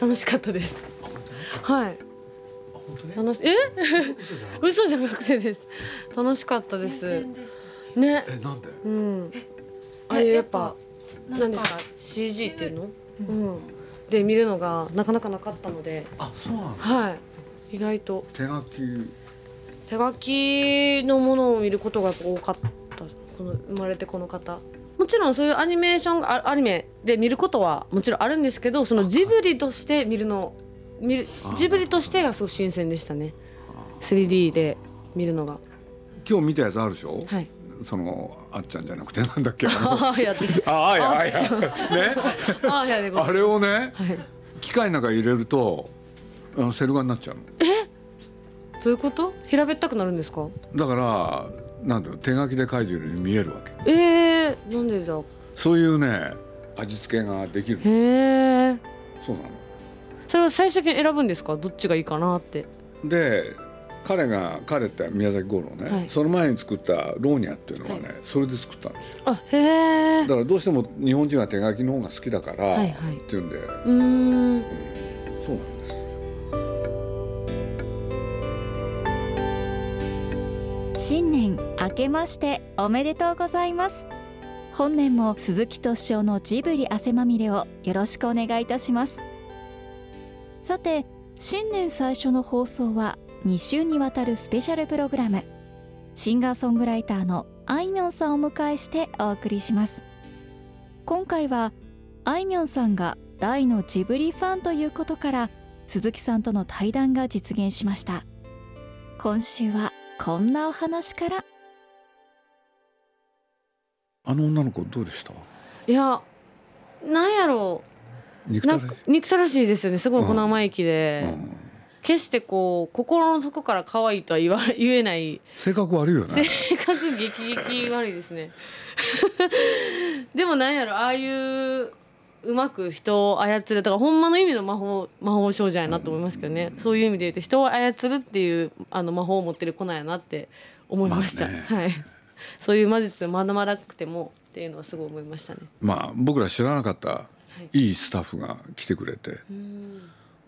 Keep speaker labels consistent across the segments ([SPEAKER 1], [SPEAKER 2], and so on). [SPEAKER 1] 楽しかったです
[SPEAKER 2] あ本当に
[SPEAKER 1] はい
[SPEAKER 2] あ本当ね
[SPEAKER 1] 楽しえ
[SPEAKER 2] 嘘じゃなく
[SPEAKER 1] 嘘じゃ
[SPEAKER 2] て
[SPEAKER 1] なくてです楽しかったで
[SPEAKER 3] 新
[SPEAKER 1] す
[SPEAKER 3] 鮮でし
[SPEAKER 1] ね
[SPEAKER 2] えなんで
[SPEAKER 1] うん
[SPEAKER 3] た
[SPEAKER 1] あれやっぱ
[SPEAKER 3] やっぱ
[SPEAKER 1] 何ですか CG っていうのうんで見るのがなかなかなかったので
[SPEAKER 2] あそうなの
[SPEAKER 1] はい意外と
[SPEAKER 2] 手書き
[SPEAKER 1] 手書きのものを見ることが多かったこの生まれてこの方もちろんそういうアニメーションがあアニメで見ることはもちろんあるんですけどそのジブリとして見るの見る
[SPEAKER 2] あー
[SPEAKER 1] ジブリとしてがすごく新鮮でしたね 3D で見るのが
[SPEAKER 2] 今日見たやつあるでしょ
[SPEAKER 1] はい
[SPEAKER 2] そのあっちゃんじゃなくてなんだっけあの
[SPEAKER 1] ああやです
[SPEAKER 2] ああやあ
[SPEAKER 1] あ
[SPEAKER 2] あやね
[SPEAKER 1] ああやでござい
[SPEAKER 2] あれをね
[SPEAKER 1] ますはい
[SPEAKER 2] 機械の中に入れるとあのセル画になっちゃうの
[SPEAKER 1] どういうこと平べったくなるんですか
[SPEAKER 2] だからなんだろう手書きで書いてるように見えるわけ
[SPEAKER 1] えー、なんでだ
[SPEAKER 2] そういうね味付けができる
[SPEAKER 1] へえ
[SPEAKER 2] そうなの
[SPEAKER 1] それは最終的に選ぶんですかどっちがいいかなって
[SPEAKER 2] で彼が彼って宮崎五郎ね、
[SPEAKER 1] はい
[SPEAKER 2] その前に作った「ローニャ」っていうのはね、それで作ったんですよ
[SPEAKER 1] あへえ
[SPEAKER 2] だからどうしても日本人は手書きの方が好きだから、
[SPEAKER 1] はいはい
[SPEAKER 2] っていうんで
[SPEAKER 1] うーん
[SPEAKER 2] そうなんです
[SPEAKER 4] 新年明けましておめでとうございます本年も鈴木敏夫のジブリ汗まみれをよろしくお願いいたしますさて新年最初の放送は2週にわたるスペシャルプログラムシンガーソングライターのあいみょんさんをお迎えしてお送りします今回はあいみょんさんが大のジブリファンということから鈴木さんとの対談が実現しました今週はこんなお話から
[SPEAKER 2] あの女の子どうでした
[SPEAKER 1] いやなんやろう
[SPEAKER 2] 肉
[SPEAKER 1] な
[SPEAKER 2] 体
[SPEAKER 1] んか憎たらしいですよねすごいこの生意気で、
[SPEAKER 2] うん、
[SPEAKER 1] 決してこう心の底から可愛いとは言わ言えない
[SPEAKER 2] 性格悪いよね
[SPEAKER 1] 性格激激悪いですね でもなんやろああいううまく人を操るだからほんまの意味の魔法魔法少女やなと思いますけどね、そういう意味で言うと人を操るっていうあの魔法を持ってる子なんやなって思いました、
[SPEAKER 2] まあね
[SPEAKER 1] はいそういう魔術を学ばなくてもっていうのはすごい思いましたね
[SPEAKER 2] まあ僕ら知らなかった
[SPEAKER 1] い
[SPEAKER 2] いいスタッフが来てくれて
[SPEAKER 1] うん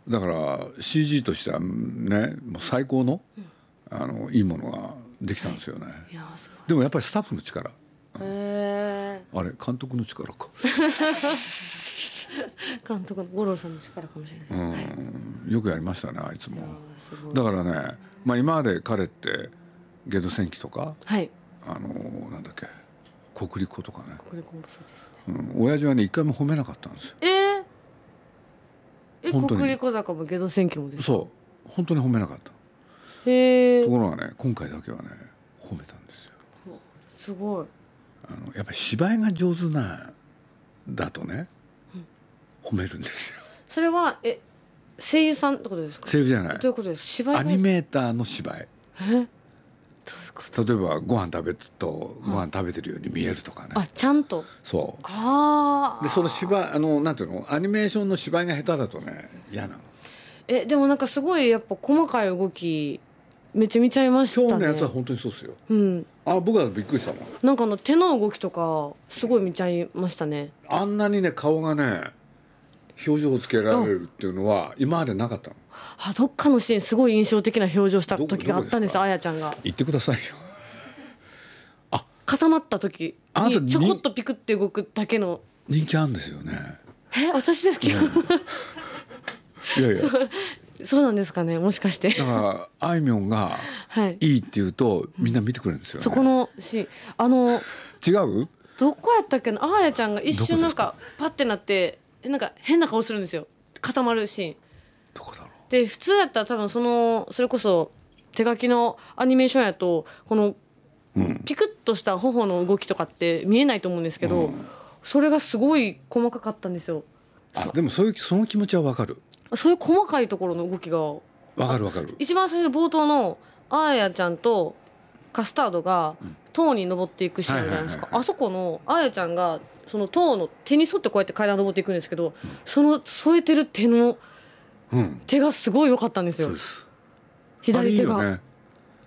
[SPEAKER 2] だから CG としてはねもう最高の,、あのいいものができたんですよね、
[SPEAKER 1] いやーすごい
[SPEAKER 2] でもやっぱりスタッフの力
[SPEAKER 1] へ
[SPEAKER 2] あれ監督の 力か、
[SPEAKER 1] え監督の五郎さんの力かもしれない。
[SPEAKER 2] うん、よくやりましたねあいつも
[SPEAKER 1] あーすごい
[SPEAKER 2] だからね、まあ、今まで彼ってゲド戦記とか
[SPEAKER 1] はい、
[SPEAKER 2] あのなんだっけ国立子とかね、
[SPEAKER 1] これもそうですね。
[SPEAKER 2] うん、親父はね一回も褒めなかったんですよ
[SPEAKER 1] えー、え、
[SPEAKER 2] 本当に
[SPEAKER 1] 国立小坂もゲド戦記もですか。
[SPEAKER 2] そう本当に褒めなかった
[SPEAKER 1] へえ
[SPEAKER 2] ところがね今回だけはね褒めたんですよ
[SPEAKER 1] すごい。
[SPEAKER 2] あのやっぱり芝居が上手なだとね、褒めるんですよ
[SPEAKER 1] それはえ声優さんってことですか。
[SPEAKER 2] セリフじゃない
[SPEAKER 1] どういうことですか。芝居が
[SPEAKER 2] アニ。メーターの芝居
[SPEAKER 1] え、どういうこと。
[SPEAKER 2] 例えばご飯食べるとご飯食べてるように見えるとかね、
[SPEAKER 1] あ、ちゃんと。
[SPEAKER 2] そう
[SPEAKER 1] ああ。
[SPEAKER 2] でその芝居あのなんていうのアニメーションの芝居が下手だとね嫌なの
[SPEAKER 1] え、でもなんかすごいやっぱ細かい動きめっちゃ見ちゃいましたね。
[SPEAKER 2] 今日のやつは本当にそうっすよ
[SPEAKER 1] うん。
[SPEAKER 2] あ僕はびっくりしたもん
[SPEAKER 1] なんかあの手の動きとかすごい見ちゃいましたね。
[SPEAKER 2] あんなにね顔がね表情をつけられるっていうのは今までなかったの
[SPEAKER 1] あどっかのシーンすごい印象的な表情した
[SPEAKER 2] どこ
[SPEAKER 1] 時があったんです
[SPEAKER 2] どこですか
[SPEAKER 1] あやちゃんが
[SPEAKER 2] 言ってくださいよ
[SPEAKER 1] 固まった時
[SPEAKER 2] あなた
[SPEAKER 1] に
[SPEAKER 2] に
[SPEAKER 1] ちょこっとピクって動くだけの
[SPEAKER 2] 人気あるんですよね
[SPEAKER 1] え私ですけど、
[SPEAKER 2] いやいやだか
[SPEAKER 1] そうなんですかねもしかして
[SPEAKER 2] らあいみょんが
[SPEAKER 1] はい
[SPEAKER 2] いいって言うとみんな見てくれるんですよね
[SPEAKER 1] そこのシーンあの
[SPEAKER 2] 違う
[SPEAKER 1] どこやったっけなあやちゃんが一瞬なんかパッてなってえなんか変な顔するんですよ固まるシーン
[SPEAKER 2] どこだろ
[SPEAKER 1] で普通やったら多分そのそれこそ手書きのアニメーションやとこの
[SPEAKER 2] ううん
[SPEAKER 1] ピクッとした頬の動きとかって見えないと思うんですけど、
[SPEAKER 2] うん
[SPEAKER 1] それがすごい細かかったんですよ
[SPEAKER 2] あでもそういうその気持ちはわかる
[SPEAKER 1] そういう細かいところの動きが
[SPEAKER 2] わかるわかる
[SPEAKER 1] 一番最初の冒頭のあーやちゃんとカスタードが塔に登っていくシーンあるじゃないですか
[SPEAKER 2] はいはいはいはい
[SPEAKER 1] あそこのあーやちゃんがその塔の手に沿ってこうやって階段登っていくんですけどその添えてる手の
[SPEAKER 2] うん
[SPEAKER 1] 手がすごい良かったんです
[SPEAKER 2] そ
[SPEAKER 1] よ
[SPEAKER 2] うです
[SPEAKER 1] 左手
[SPEAKER 2] あれいい
[SPEAKER 1] が
[SPEAKER 2] よね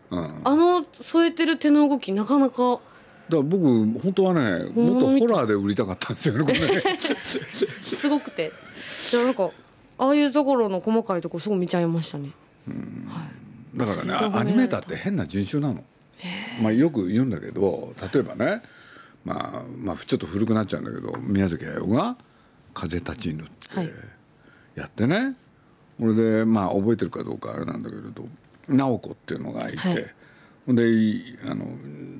[SPEAKER 2] うん、だか
[SPEAKER 1] あの添えてる手の動きなかなから
[SPEAKER 2] 僕本当はね
[SPEAKER 1] 本物
[SPEAKER 2] もっとホラーで売りたかったんですよねこれね
[SPEAKER 1] すごくてじゃあなんかああいうところの細かいところすごい見ちゃいましたね
[SPEAKER 2] だからね
[SPEAKER 1] それが
[SPEAKER 2] あアニメーターって変な人種なの、まあ、よく言うんだけど例えばね、まあ、まあちょっと古くなっちゃうんだけど宮崎駿が「風立ちぬ」っ
[SPEAKER 1] は
[SPEAKER 2] て
[SPEAKER 1] い
[SPEAKER 2] やってね、これでまあ覚えてるかどうかあれなんだけれど直子っていうのがいて、
[SPEAKER 1] はい
[SPEAKER 2] ほんであの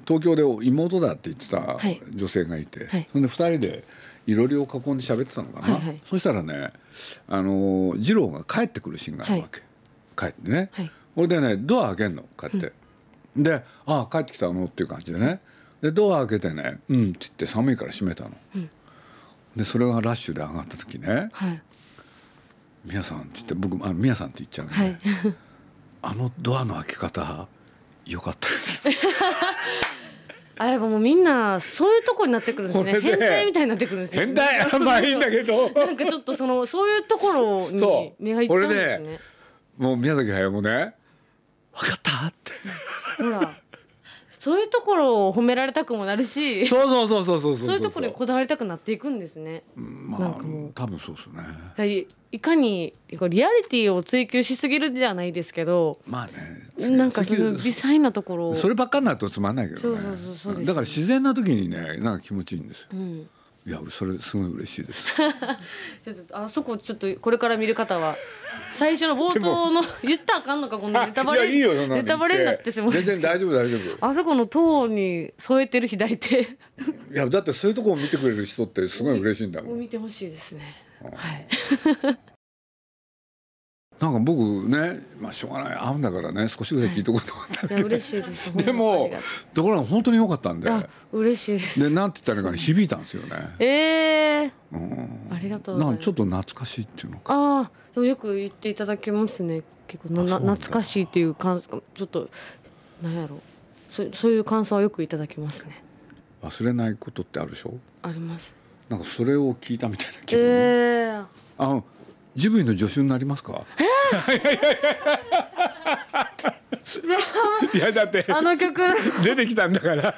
[SPEAKER 2] 東京で妹だって言ってた
[SPEAKER 1] い
[SPEAKER 2] 女性がいて、
[SPEAKER 1] はい
[SPEAKER 2] それで2人でいろりを囲んで喋ってたのかな、
[SPEAKER 1] はいはい
[SPEAKER 2] そしたらねあの二郎が帰ってくるシーンがあるわけ。帰ってね、
[SPEAKER 1] はい
[SPEAKER 2] 俺でねドア開けんのこうやって、で「ああ帰ってきたの」っていう感じでねでドア開けてね「うん」って言って寒いから閉めたの、でそれがラッシュで上がった時ね
[SPEAKER 1] はい
[SPEAKER 2] 「宮さん」って言って僕あ宮さんって言っちゃうんで、
[SPEAKER 1] はい
[SPEAKER 2] あのドアの開け方よかったです
[SPEAKER 1] あやっぱもうみんなそういうとこになってくるんですね
[SPEAKER 2] これで
[SPEAKER 1] 変態みたいになってくるんですね
[SPEAKER 2] 変態 まあいいんだけど
[SPEAKER 1] なんかちょっとそのそういうところに
[SPEAKER 2] そう
[SPEAKER 1] 目がいっちゃうんです
[SPEAKER 2] これね
[SPEAKER 1] ね
[SPEAKER 2] もう宮崎駿もね「分かった」って
[SPEAKER 1] ほらそういうところを褒められたくもなるし
[SPEAKER 2] そうそうそうそうそうそう
[SPEAKER 1] そういうところにこだわりたくなっていくんですね
[SPEAKER 2] ま
[SPEAKER 1] な
[SPEAKER 2] あ
[SPEAKER 1] んかもう
[SPEAKER 2] 多分そうですね
[SPEAKER 1] やはりいかにこうリアリティを追求しすぎるではないですけど
[SPEAKER 2] まあね
[SPEAKER 1] なんかその微細なところを
[SPEAKER 2] そればっかになるとつまんないけどね
[SPEAKER 1] そうそうそうそうです
[SPEAKER 2] だから自然な時にねなんか気持ちいいんですよ
[SPEAKER 1] うん
[SPEAKER 2] いやそれすごい嬉しいです
[SPEAKER 1] ちょっとあそこちょっとこれから見る方は最初の冒頭の言ったらあかんのかこのネタバレ
[SPEAKER 2] いやいいよそんなの言って
[SPEAKER 1] ネタバレになってしまうんで
[SPEAKER 2] 全
[SPEAKER 1] すけ
[SPEAKER 2] 然
[SPEAKER 1] ど
[SPEAKER 2] 大丈夫大丈夫
[SPEAKER 1] あそこの塔に添えてる左手
[SPEAKER 2] いやだってそういうとこを見てくれる人ってすごい嬉しいんだも
[SPEAKER 1] を
[SPEAKER 2] ん
[SPEAKER 1] 見てほしいですねはい
[SPEAKER 2] なんか僕ねまあしょうがない会うんだからね少しぐらい聞いとこうと思ったん
[SPEAKER 1] い
[SPEAKER 2] だ
[SPEAKER 1] や
[SPEAKER 2] けど
[SPEAKER 1] 嬉しいです
[SPEAKER 2] で
[SPEAKER 1] ほん
[SPEAKER 2] も
[SPEAKER 1] まに
[SPEAKER 2] ところが本当に良かったんで
[SPEAKER 1] ありがとうあ嬉しいです
[SPEAKER 2] でなんて言ったらいいかな響いたんですよね
[SPEAKER 1] ええ
[SPEAKER 2] うん
[SPEAKER 1] ありがとうござい
[SPEAKER 2] な
[SPEAKER 1] ま
[SPEAKER 2] ん
[SPEAKER 1] す
[SPEAKER 2] かちょっと懐かしいっていうのか
[SPEAKER 1] ああでもよく言っていただきますね結構な
[SPEAKER 2] あそうなんだ
[SPEAKER 1] な懐かしいっていう感ちょっとなんやろうそそういう感想はよくいただきますね
[SPEAKER 2] 忘れないことってあるでしょ
[SPEAKER 1] あります
[SPEAKER 2] なんかそれを聞いたみたいな気
[SPEAKER 1] え
[SPEAKER 2] 分、
[SPEAKER 1] え
[SPEAKER 2] あのジブリの助手になりますか。 いやだって
[SPEAKER 1] あの曲
[SPEAKER 2] 出てきたんだから。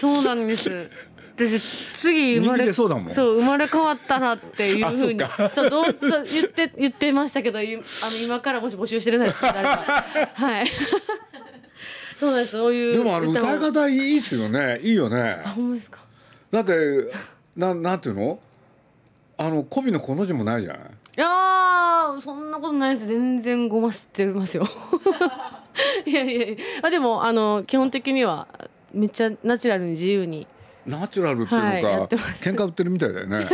[SPEAKER 1] そうなんです私次生ま
[SPEAKER 2] 人気
[SPEAKER 1] れ
[SPEAKER 2] 出そうだもん
[SPEAKER 1] う生まれ変わったらっていうふうに
[SPEAKER 2] あそっか
[SPEAKER 1] そうどうそう言って言ってましたけどゆあの今からもし募集してるならはい そうなんですそういう
[SPEAKER 2] でもあの歌い
[SPEAKER 1] も
[SPEAKER 2] 方いいですよね。いいよね。
[SPEAKER 1] あほんまですか
[SPEAKER 2] だってなんなんていうの？あのコビのこの字もないじゃない。
[SPEAKER 1] いやーそんなことないです全然ごま吸ってますよ いやいやいやあでもあの基本的にはめっちゃナチュラルに自由に
[SPEAKER 2] ナチュラルって
[SPEAKER 1] はいいう
[SPEAKER 2] のか、
[SPEAKER 1] やってます
[SPEAKER 2] 喧嘩売ってるみたいだよね。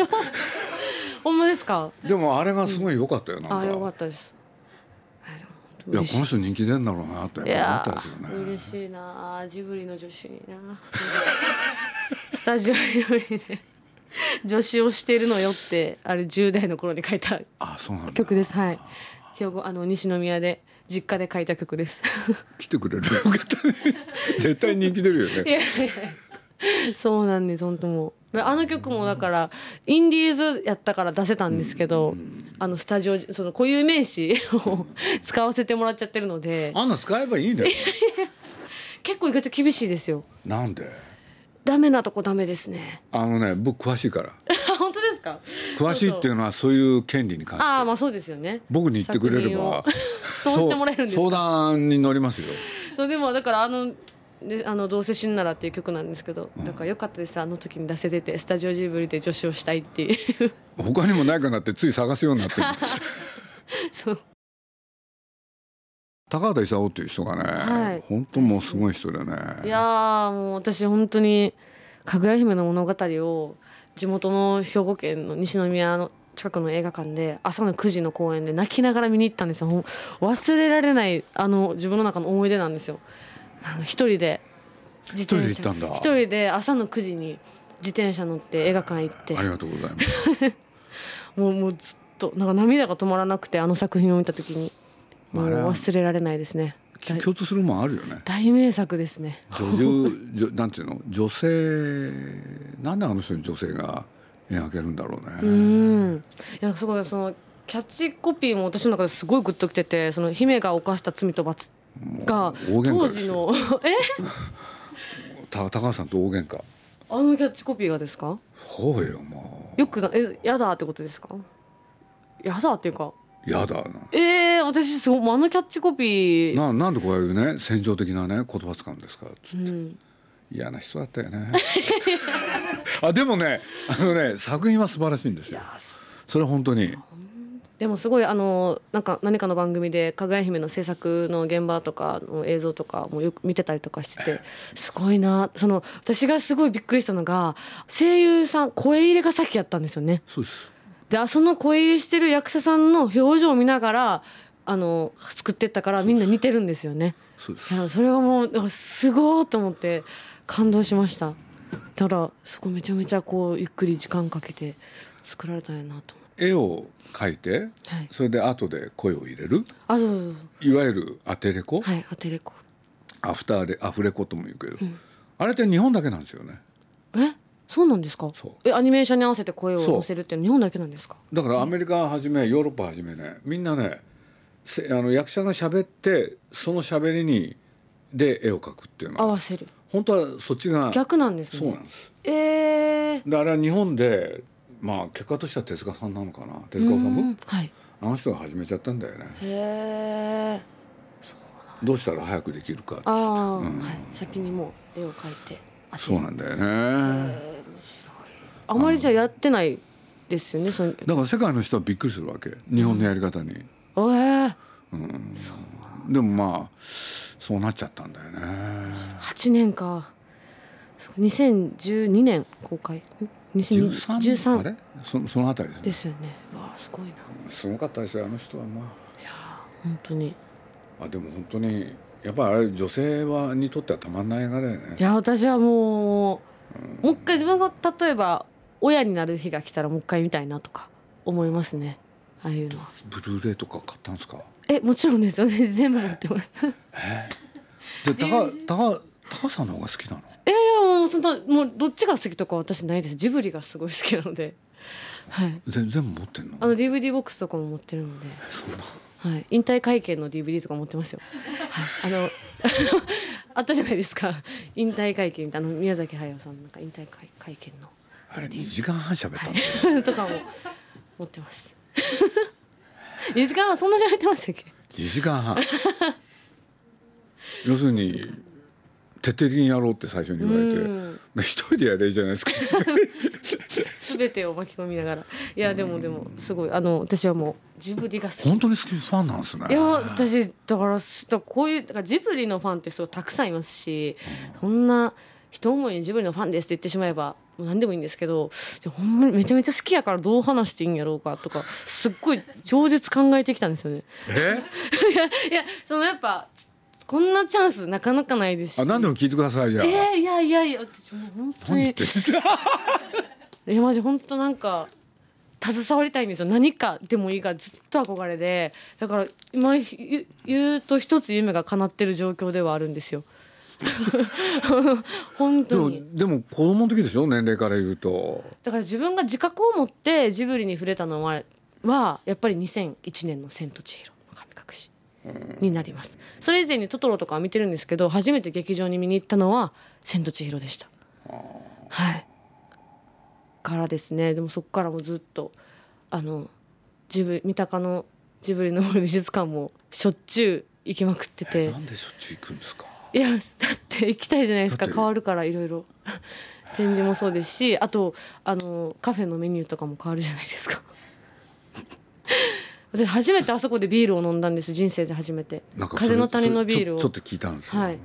[SPEAKER 1] ほんまですか
[SPEAKER 2] でもあれがすごい良かったよなんか。
[SPEAKER 1] あよかったですあでも本当
[SPEAKER 2] いやこ
[SPEAKER 1] 嬉し
[SPEAKER 2] の人人気出るんだろうなって
[SPEAKER 1] い
[SPEAKER 2] やっ
[SPEAKER 1] や
[SPEAKER 2] ぱ思ったんですよ
[SPEAKER 1] ー
[SPEAKER 2] ね。
[SPEAKER 1] 嬉しいなあジブリの助手になスタジオジブリで助手をしているのよってあれ10代の頃に書いた
[SPEAKER 2] あそうなんだ。
[SPEAKER 1] 曲ですはい兵庫あの西宮で実家で書いた曲です
[SPEAKER 2] 来てくれるよかったね。絶対人気出るよ
[SPEAKER 1] い
[SPEAKER 2] ね。
[SPEAKER 1] やいやいやそうなんです本当もうあの曲もだからインディーズやったから出せたんですけど、あのスタジオその固有名詞 を使わせてもらっちゃってるので
[SPEAKER 2] あんな使えばいいんだよ。
[SPEAKER 1] 結構意外と厳しいですよ
[SPEAKER 2] なんで。
[SPEAKER 1] ダメなとこダメですね
[SPEAKER 2] あのね僕詳し いから。
[SPEAKER 1] 本当ですか
[SPEAKER 2] 詳しいっていうのはそういう権利に関して
[SPEAKER 1] ああまあそうですよね
[SPEAKER 2] 僕に言ってくれれば
[SPEAKER 1] 作 品をどうしてもらえるんです
[SPEAKER 2] そう
[SPEAKER 1] か
[SPEAKER 2] 相談に乗りますよ
[SPEAKER 1] そうでもだからあのであのどうせ死んならっていう曲なんですけど、だから良かったですあの時に出せててスタジオジブリで助手をしたいっていう
[SPEAKER 2] 他にもないかなってつい探すようになってる
[SPEAKER 1] そう
[SPEAKER 2] 高畑勲っていう人がね、
[SPEAKER 1] はい
[SPEAKER 2] 本当もうすごい人で
[SPEAKER 1] い
[SPEAKER 2] ね
[SPEAKER 1] やーもう私本当に「かぐや姫の物語」を地元の兵庫県の西宮の近くの映画館で朝の9時の公演で泣きながら見に行ったんですよほん忘れられないあの自分の中の思い出なんですよなんか一人で自
[SPEAKER 2] 人で行ったんだ
[SPEAKER 1] 一人で朝の9時に自転車乗って映画館行って
[SPEAKER 2] ありがとうございます
[SPEAKER 1] もうもうずっとなんか涙が止まらなくてあの作品を見た時にも
[SPEAKER 2] まあ
[SPEAKER 1] う
[SPEAKER 2] あれは
[SPEAKER 1] 忘れられないですね
[SPEAKER 2] き共通するもんあるよね
[SPEAKER 1] 大名作ですね
[SPEAKER 2] 女 優女なんていうの女性なんであの人に女性が絵描けるんだろう
[SPEAKER 1] うん
[SPEAKER 2] ね、
[SPEAKER 1] いやすごいそのキャッチコピーも私の中ですごいグッときててその姫が犯した罪と罰が
[SPEAKER 2] もう大喧嘩
[SPEAKER 1] 当
[SPEAKER 2] です
[SPEAKER 1] 時
[SPEAKER 2] よ
[SPEAKER 1] の え
[SPEAKER 2] た高畑さんと大喧嘩
[SPEAKER 1] あのキャッチコピーがですか
[SPEAKER 2] ほうよも
[SPEAKER 1] よくなえやだってことですかやだっていうか
[SPEAKER 2] やだな
[SPEAKER 1] えー、私すごいあのキャッチコピー、
[SPEAKER 2] ななんでこういうね戦場的なね言葉使うんですかつ
[SPEAKER 1] う
[SPEAKER 2] って
[SPEAKER 1] ん、
[SPEAKER 2] 嫌な人だったよね あでもねあのね作品は素晴らしいんですよそれは本当に
[SPEAKER 1] でもすごいあのなんか何かの番組で「かぐや姫」の制作の現場とかの映像とかもよく見てたりとかしててすごいなその私がすごいびっくりしたのが声優さん声入れがさっきやったんですよね。
[SPEAKER 2] そうです
[SPEAKER 1] であその声入れしてる役者さんの表情を見ながらあの作ってったからみんな似てるんですよね。
[SPEAKER 2] そうです
[SPEAKER 1] いやそれがもうすごーと思って感動しましただからそこめちゃめちゃこうゆっくり時間かけて作られたんやなと思って
[SPEAKER 2] 絵を描いて、
[SPEAKER 1] はい
[SPEAKER 2] それで後で声を入れる
[SPEAKER 1] あそうそう
[SPEAKER 2] いわゆるアテレ
[SPEAKER 1] そ
[SPEAKER 2] コ、
[SPEAKER 1] うはいアテレコ
[SPEAKER 2] アフターレアフレコとも言うけど、あれって日本だけなんですよね
[SPEAKER 1] えそうなんですか
[SPEAKER 2] そう
[SPEAKER 1] えアニメーションに合わせて声を
[SPEAKER 2] そう
[SPEAKER 1] 乗せるっていうの日本だけなんですか
[SPEAKER 2] だからアメリカはじめヨーロッパはじめねみんなねせあの役者が喋ってその喋りにで絵を描くってい
[SPEAKER 1] 合
[SPEAKER 2] うのは
[SPEAKER 1] わせる
[SPEAKER 2] 本当はそっちが
[SPEAKER 1] 逆なんですね
[SPEAKER 2] そうなんです
[SPEAKER 1] えー、
[SPEAKER 2] であれは日本でまあ結果としては手塚さんなのかな手塚治
[SPEAKER 1] うん
[SPEAKER 2] 虫
[SPEAKER 1] はい
[SPEAKER 2] あの人が始めちゃったんだよね
[SPEAKER 1] へえ
[SPEAKER 2] どうしたら早くできるかって
[SPEAKER 1] ああ、
[SPEAKER 2] うん
[SPEAKER 1] はい、先にもう絵を描いてあ
[SPEAKER 2] そうなんだよね
[SPEAKER 1] あまりじゃやってないですよねその
[SPEAKER 2] だから世界の人はびっくりするわけ日本のやり方に、
[SPEAKER 1] えー、
[SPEAKER 2] でもまあそうなっちゃったんだよね
[SPEAKER 1] 8年かそう2012年公開ん2012
[SPEAKER 2] 13
[SPEAKER 1] 13
[SPEAKER 2] あれそのそのあたりですね
[SPEAKER 1] ですよねわあすごいな
[SPEAKER 2] すごかったですよあの人はま
[SPEAKER 1] 本当に
[SPEAKER 2] ああでも本当にやっぱりあれ女性はにとってはたまんない映画だよね
[SPEAKER 1] いや私はもうもう一回自分が例えば親になる日が来たらもう一回見たいなとか思いますねああいうのは
[SPEAKER 2] ブルーレイとか買ったんですか
[SPEAKER 1] えもちろんですよね 全部持ってますいやい
[SPEAKER 2] じゃあ高高高さんの方が好きなの
[SPEAKER 1] やもうそのもうどっちが好きとか私ないですジブリがすごい好きなのではい
[SPEAKER 2] 全全部持ってんの
[SPEAKER 1] あの DVD ボックスとかも持ってるので
[SPEAKER 2] そんな
[SPEAKER 1] はい、引退会見の DVD とか持ってますよ。はい、あの あったじゃないですか引退会見あの宮崎駿さんのなんか引退会会見の
[SPEAKER 2] あれ2時間半喋ったんだよ、
[SPEAKER 1] はい、とかも持ってます。2時間はそんな喋ってましたっけ？
[SPEAKER 2] 2時間半 要するに徹底的にやろうって最初に言われて
[SPEAKER 1] うん
[SPEAKER 2] で一人でやれいいじゃない ですか
[SPEAKER 1] すべてを巻き込みながらいやでもでもすごいあの私はもうジブリが好き。
[SPEAKER 2] 本当に好きファンなんですね
[SPEAKER 1] いや私だからすだからこういうだからジブリのファンってすごいたくさんいますしそんな一思いにジブリのファンですって言ってしまえばもう何でもいいんですけどでほんまにめちゃめちゃ好きやからどう話していいんやろうかとかすっごい饒舌考えてきたんですよね。
[SPEAKER 2] え
[SPEAKER 1] いやそのやっぱこんなチャンスなかなかないですし。
[SPEAKER 2] あ何でも聞いてくださいじゃあ、
[SPEAKER 1] えー、いやいやいや私もう本当
[SPEAKER 2] 何
[SPEAKER 1] に
[SPEAKER 2] 言ってんだ
[SPEAKER 1] いやマジ本当なんか携わりたいんですよ何かでもいいからずっと憧れでだから今ゆ言うと一つ夢が叶ってる状況ではあるんですよ 本
[SPEAKER 2] で
[SPEAKER 1] 当
[SPEAKER 2] も
[SPEAKER 1] に
[SPEAKER 2] でも子供の時でしょ年齢から言うと
[SPEAKER 1] だから自分が自覚を持ってジブリに触れたのははやっぱり2001年の「千と千尋の神隠し」になりますそれ以前に「トトロ」とかは見てるんですけど初めて劇場に見に行ったのは「千と千尋」でしたはいからですねでもそこからもずっとあのジブリ三鷹のジブリの森美術館もしょっちゅう行きまくってて
[SPEAKER 2] なんでしょっちゅう行くんですか
[SPEAKER 1] いやだって行きたいじゃないですか
[SPEAKER 2] だって
[SPEAKER 1] 変わるからいろいろ 展示もそうですしあとあのカフェのメニューとかも変わるじゃないですか 私初めてあそこでビールを飲んだんです人生で初めて
[SPEAKER 2] なんかそれ
[SPEAKER 1] 風の谷のビールを
[SPEAKER 2] それちょちょっと聞いたんですよ、
[SPEAKER 1] はい、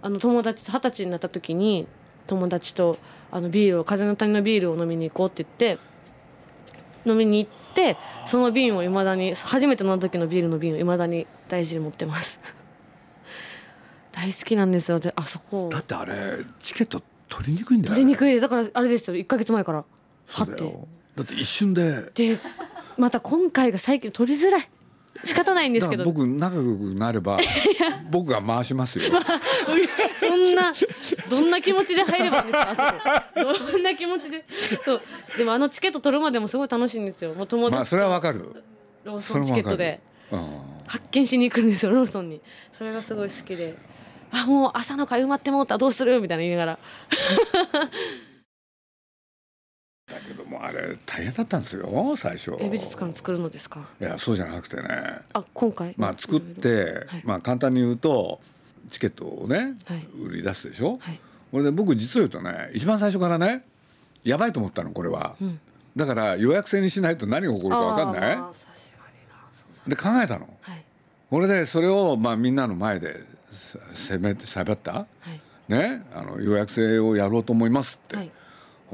[SPEAKER 1] あの友達と二十歳になった時に友達とあのビールを風の谷のビールを飲みに行こうって言って飲みに行ってその瓶をいまだに初めて飲んだ時のビールの瓶をいまだに大事に持ってます 大好きなんですよであそこ
[SPEAKER 2] だってあれチケット取りにくいんだよ
[SPEAKER 1] 取りにくいだからあれですよ1か月前から
[SPEAKER 2] そうだよだって一瞬で
[SPEAKER 1] でまた今回が最近取りづらい仕方ないんです
[SPEAKER 2] だか
[SPEAKER 1] け
[SPEAKER 2] ら
[SPEAKER 1] ど
[SPEAKER 2] 僕仲良くな れば僕が回しますよ
[SPEAKER 1] そんなどんな気持ちで入ればいいんですかあそこどんな気持ちでそうでもあのチケット取るまでもすごい楽しいんですよもう友
[SPEAKER 2] まあ
[SPEAKER 1] 達
[SPEAKER 2] それはわかる
[SPEAKER 1] ロー
[SPEAKER 2] そ
[SPEAKER 1] ソン
[SPEAKER 2] れ
[SPEAKER 1] チ
[SPEAKER 2] も
[SPEAKER 1] ケ
[SPEAKER 2] わ
[SPEAKER 1] ット
[SPEAKER 2] かる
[SPEAKER 1] で
[SPEAKER 2] うん
[SPEAKER 1] 発見しに行くんですよローソンにそれがすごい好きであもう朝の会埋まってもうたどうするみたいな言いながら
[SPEAKER 2] だけどもあれ大変だったんですよ最初
[SPEAKER 1] え美術館作るのですか
[SPEAKER 2] いやそうじゃなくてね
[SPEAKER 1] あ今回
[SPEAKER 2] まあ作っ
[SPEAKER 1] は
[SPEAKER 2] て、
[SPEAKER 1] はい
[SPEAKER 2] まあ簡単に言うとチケットをね、
[SPEAKER 1] はい
[SPEAKER 2] 売り出すでしょ、
[SPEAKER 1] はい
[SPEAKER 2] これで僕実を言うとね一番最初からねやばいと思ったのこれは、
[SPEAKER 1] ん
[SPEAKER 2] だから予約制にしないと何が起こるか分かんない
[SPEAKER 1] あーさすがになそうだ
[SPEAKER 2] で考えたの
[SPEAKER 1] はい
[SPEAKER 2] 俺でそれをまあみんなの前でせせめてしった、
[SPEAKER 1] はい
[SPEAKER 2] ねあの予約制をやろうと思いますって、
[SPEAKER 1] はい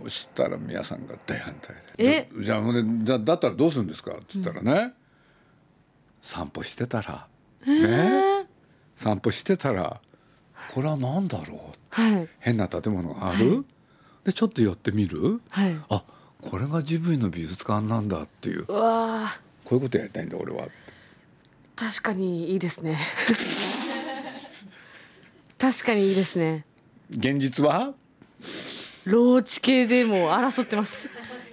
[SPEAKER 2] そしたら宮さんが大反対で
[SPEAKER 1] え
[SPEAKER 2] 「じゃじゃあほんでじゃあだったらどうするんですか?」っつったらね、散歩してたら、ね散歩してたらこれは何だろう
[SPEAKER 1] はい
[SPEAKER 2] 変な建物がある、でちょっと寄ってみる
[SPEAKER 1] はい
[SPEAKER 2] あこれがジブリの美術館なんだっていうこ
[SPEAKER 1] うわあ
[SPEAKER 2] ういうことやりたいんだ俺は
[SPEAKER 1] 確かにいいですね 確かにいいですね
[SPEAKER 2] 現実は
[SPEAKER 1] ローチ系でもう争ってます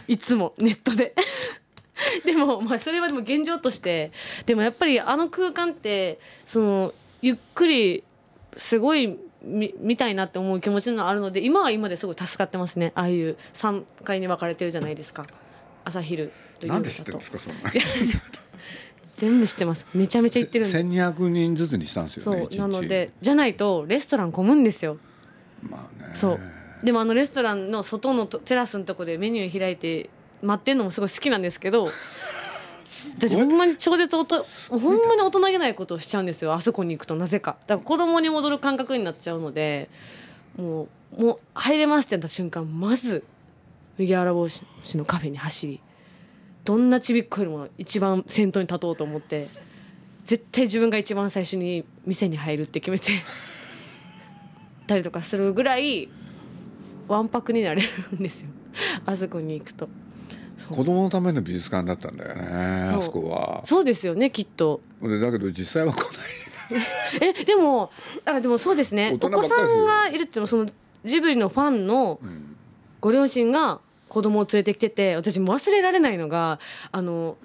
[SPEAKER 1] いつもネットで でもまあそれはでも現状としてでもやっぱりあの空間ってそのゆっくりすごい見見たいなって思う気持ちのあるので今は今ですごい助かってますねああいう3階に分かれてるじゃないですか朝昼という
[SPEAKER 2] なんで知ってるんですかそんな
[SPEAKER 1] 全部知ってますめちゃめちゃ行ってるんで
[SPEAKER 2] 1200人ずつにしたんですよ
[SPEAKER 1] そ
[SPEAKER 2] ね
[SPEAKER 1] う
[SPEAKER 2] 一日
[SPEAKER 1] なのでじゃないとレストラン混むんですよ
[SPEAKER 2] まあね
[SPEAKER 1] そうでもあのレストランの外のとテラスのとこでメニュー開いて待ってんのもすごい好きなんですけど私ほんまに超絶おとほんまに大人げないことをしちゃうんですよあそこに行くとなぜかだから子供に戻る感覚になっちゃうのでもうもう入れますってなった瞬間まず麦わら帽子のカフェに走りどんなちびっこよりも一番先頭に立とうと思って絶対自分が一番最初に店に入るって決めてたりとかするぐらいわんぱくになれるんですよあそこに行くと
[SPEAKER 2] 子供のための美術館だったんだよね
[SPEAKER 1] そう
[SPEAKER 2] あそこは
[SPEAKER 1] そうですよねきっと
[SPEAKER 2] でだけど実際は来ない
[SPEAKER 1] えでもあでもそうですね
[SPEAKER 2] 大
[SPEAKER 1] お
[SPEAKER 2] 人ば
[SPEAKER 1] 子
[SPEAKER 2] っかり
[SPEAKER 1] さ
[SPEAKER 2] ですよ
[SPEAKER 1] んがいるっていうのはそのジブリのファンのご両親が子供を連れてきてて私もう忘れられないのがあの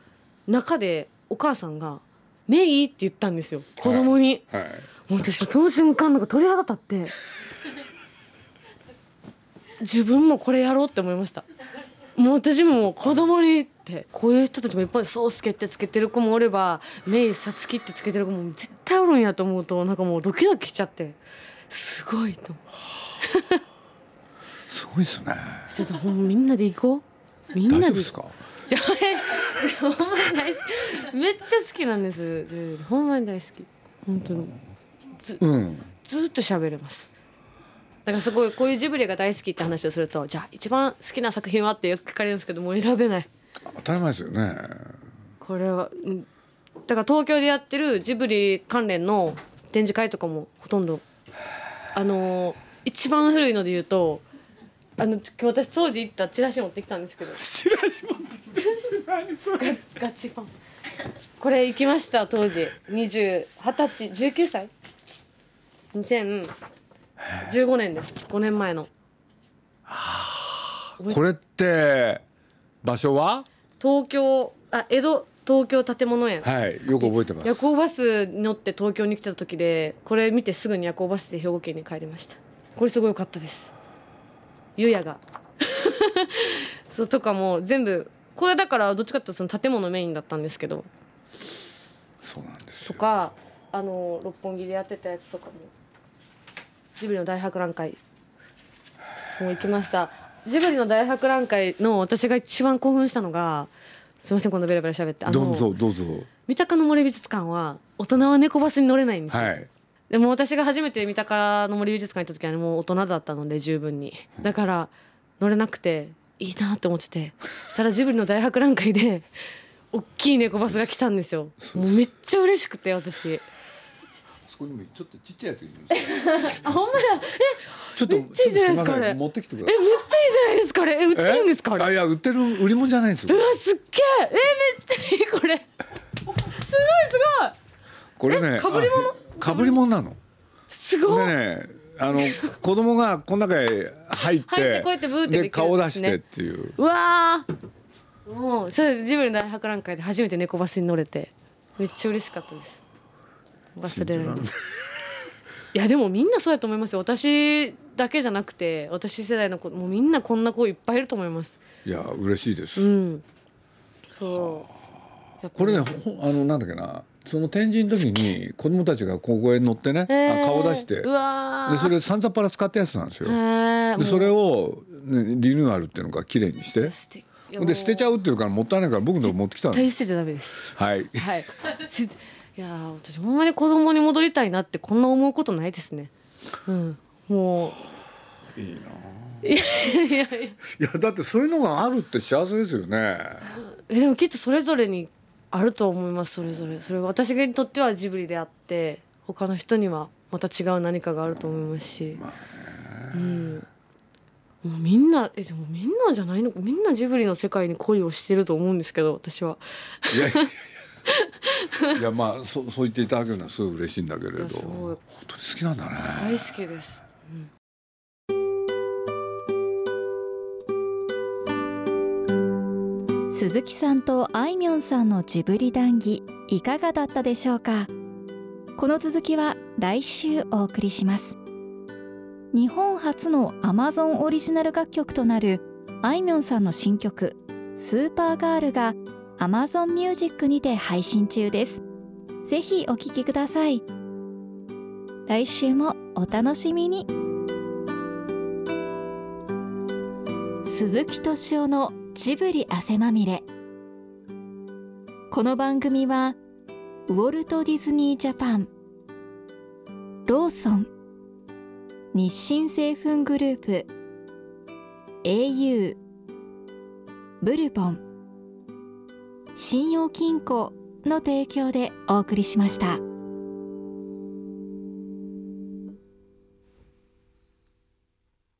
[SPEAKER 1] 中でお母さんが「メイ」って言ったんですよ子供に。
[SPEAKER 2] はい
[SPEAKER 1] もう私その瞬間なんか鳥肌立って自分もこれやろうって思いましたもう私も子供にってこういう人たちもいっぱい「そうすけ」ってつけてる子もおれば「メイさつき」ってつけてる子も絶対おるんやと思うとなんかもうドキドキしちゃってすごいと思
[SPEAKER 2] すごいですね
[SPEAKER 1] うちょっとほんまみんなで行こうみんな
[SPEAKER 2] 大丈夫
[SPEAKER 1] で
[SPEAKER 2] ですか
[SPEAKER 1] じゃあえほんまに大好きめっちゃ好きなんですジュエルほんまに大好き本当に
[SPEAKER 2] うん
[SPEAKER 1] ずーっと喋れますだからすごいこういうジブリが大好きって話をするとじゃあ一番好きな作品はってよく聞かれるんですけどもう選べない
[SPEAKER 2] 当たり前ですよね
[SPEAKER 1] これはうんだから東京でやってるジブリ関連の展示会とかもほとんどあのー一番古いので言うとあの今日私当時行ったチラシ持ってきたんですけど
[SPEAKER 2] チラシ持って
[SPEAKER 1] ガチガチファンこれ行きました当時二十二十歳19歳2015年です5年前の
[SPEAKER 2] これって場所は
[SPEAKER 1] 東京あ江戸東京建物園、
[SPEAKER 2] はいよく覚えてま
[SPEAKER 1] 夜
[SPEAKER 2] す
[SPEAKER 1] 行バスに乗って東京に来た時でこれ見てすぐに夜行バスで兵庫県に帰りましたこれすごい良かったですゆうやが そうとかも全部これだからどっちかというとその建物メインだったんですけど
[SPEAKER 2] そうなんです
[SPEAKER 1] と
[SPEAKER 2] よ
[SPEAKER 1] かあの六本木でやってたやつとかもジブリの大博覧会もう行きましたジブリの大博覧会の私が一番興奮したのがすいませんこんなベラベラ喋ってあ
[SPEAKER 2] どう
[SPEAKER 1] の
[SPEAKER 2] ぞどうぞ
[SPEAKER 1] 三鷹の森美術館は大人は猫バスに乗れないんですよ、
[SPEAKER 2] はい
[SPEAKER 1] でも私が初めて三鷹の森美術館行った時はねもう大人だったので十分にだから乗れなくていいなと思っててそしたらジブリの大博覧会で大きい猫バスが来たんですよもうめっちゃ嬉しくて私
[SPEAKER 2] そこにもちょっとちっちゃいやついるんですよ
[SPEAKER 1] あほんまや
[SPEAKER 2] ちょっと
[SPEAKER 1] めっちゃいいじゃないですか
[SPEAKER 2] ちょっとま
[SPEAKER 1] こ
[SPEAKER 2] せ
[SPEAKER 1] れ
[SPEAKER 2] ん持ってきてく
[SPEAKER 1] えめ
[SPEAKER 2] だ
[SPEAKER 1] っち
[SPEAKER 2] さい
[SPEAKER 1] ゃいいじゃないですかあれえ売ってるんですかあれ
[SPEAKER 2] あいや売ってる売り物じゃないんです
[SPEAKER 1] う
[SPEAKER 2] よ
[SPEAKER 1] わすっげええめっちゃいいこれす
[SPEAKER 2] これ
[SPEAKER 1] え
[SPEAKER 2] ね
[SPEAKER 1] 被り物
[SPEAKER 2] かぶり物なの
[SPEAKER 1] ごいすごいすごい
[SPEAKER 2] でねあの子供がこの中へ入って
[SPEAKER 1] 入ってこうやってブーってできる
[SPEAKER 2] で顔出してっていう
[SPEAKER 1] うわーもうそうですジブリの大博覧会で初めて猫バスに乗れてめっちゃ嬉しかったです忘れられないいやでもみんなそうやと思いますよ私だけじゃなくて私世代の子もうみんなこんな子いっぱいいると思います
[SPEAKER 2] いや嬉しいです、
[SPEAKER 1] うんそう
[SPEAKER 2] これねほあのなんだっけなその展示の時に子供たちが高校へ乗ってね、あ
[SPEAKER 1] へー
[SPEAKER 2] 顔出して
[SPEAKER 1] うわー
[SPEAKER 2] でそれさんざっぱら使ったやつなんですよ
[SPEAKER 1] へーも
[SPEAKER 2] で
[SPEAKER 1] う
[SPEAKER 2] それを、ね、リニューアルっていうのが綺麗にして
[SPEAKER 1] 捨て
[SPEAKER 2] で捨てちゃ
[SPEAKER 1] う
[SPEAKER 2] うっていうからもったいないから僕のとこ持ってきた
[SPEAKER 1] 絶
[SPEAKER 2] んで
[SPEAKER 1] 対捨てちゃダメです
[SPEAKER 2] すはい
[SPEAKER 1] はいせいやー私ほんまに子供に戻りたいなってこんな思うことないですねうんもう
[SPEAKER 2] いいない
[SPEAKER 1] やいや
[SPEAKER 2] いやだってそういうのがあるって幸せですよね
[SPEAKER 1] えでもきっとそれぞれにあると思いますそれぞれそれは私にとってはジブリであって他の人にはまた違う何かがあると思いますし、うんもうみんなえでもみんなじゃないのみんなジブリの世界に恋をしてると思うんですけど私はい
[SPEAKER 2] やいやいやいやまあそそう言っていただけるのはすごい嬉しいんだけれ
[SPEAKER 1] い
[SPEAKER 2] ど
[SPEAKER 1] やすごい
[SPEAKER 2] 本当に好きなんだ
[SPEAKER 1] 大
[SPEAKER 2] ね
[SPEAKER 1] 好きです、うん
[SPEAKER 4] 鈴木さんとあいみょんさんのジブリ談義いかがだったでしょうかこの続きは来週お送りします日本初の Amazon オリジナル楽曲となるあいみょんさんの新曲スーパーガールが Amazon ミュージックにて配信中ですぜひお聴きください来週もお楽しみに鈴木敏夫のジブリ汗まみれこの番組はウォルト・ディズニー・ジャパンローソン日清製粉グループ au ブルボン信用金庫の提供でお送りしました。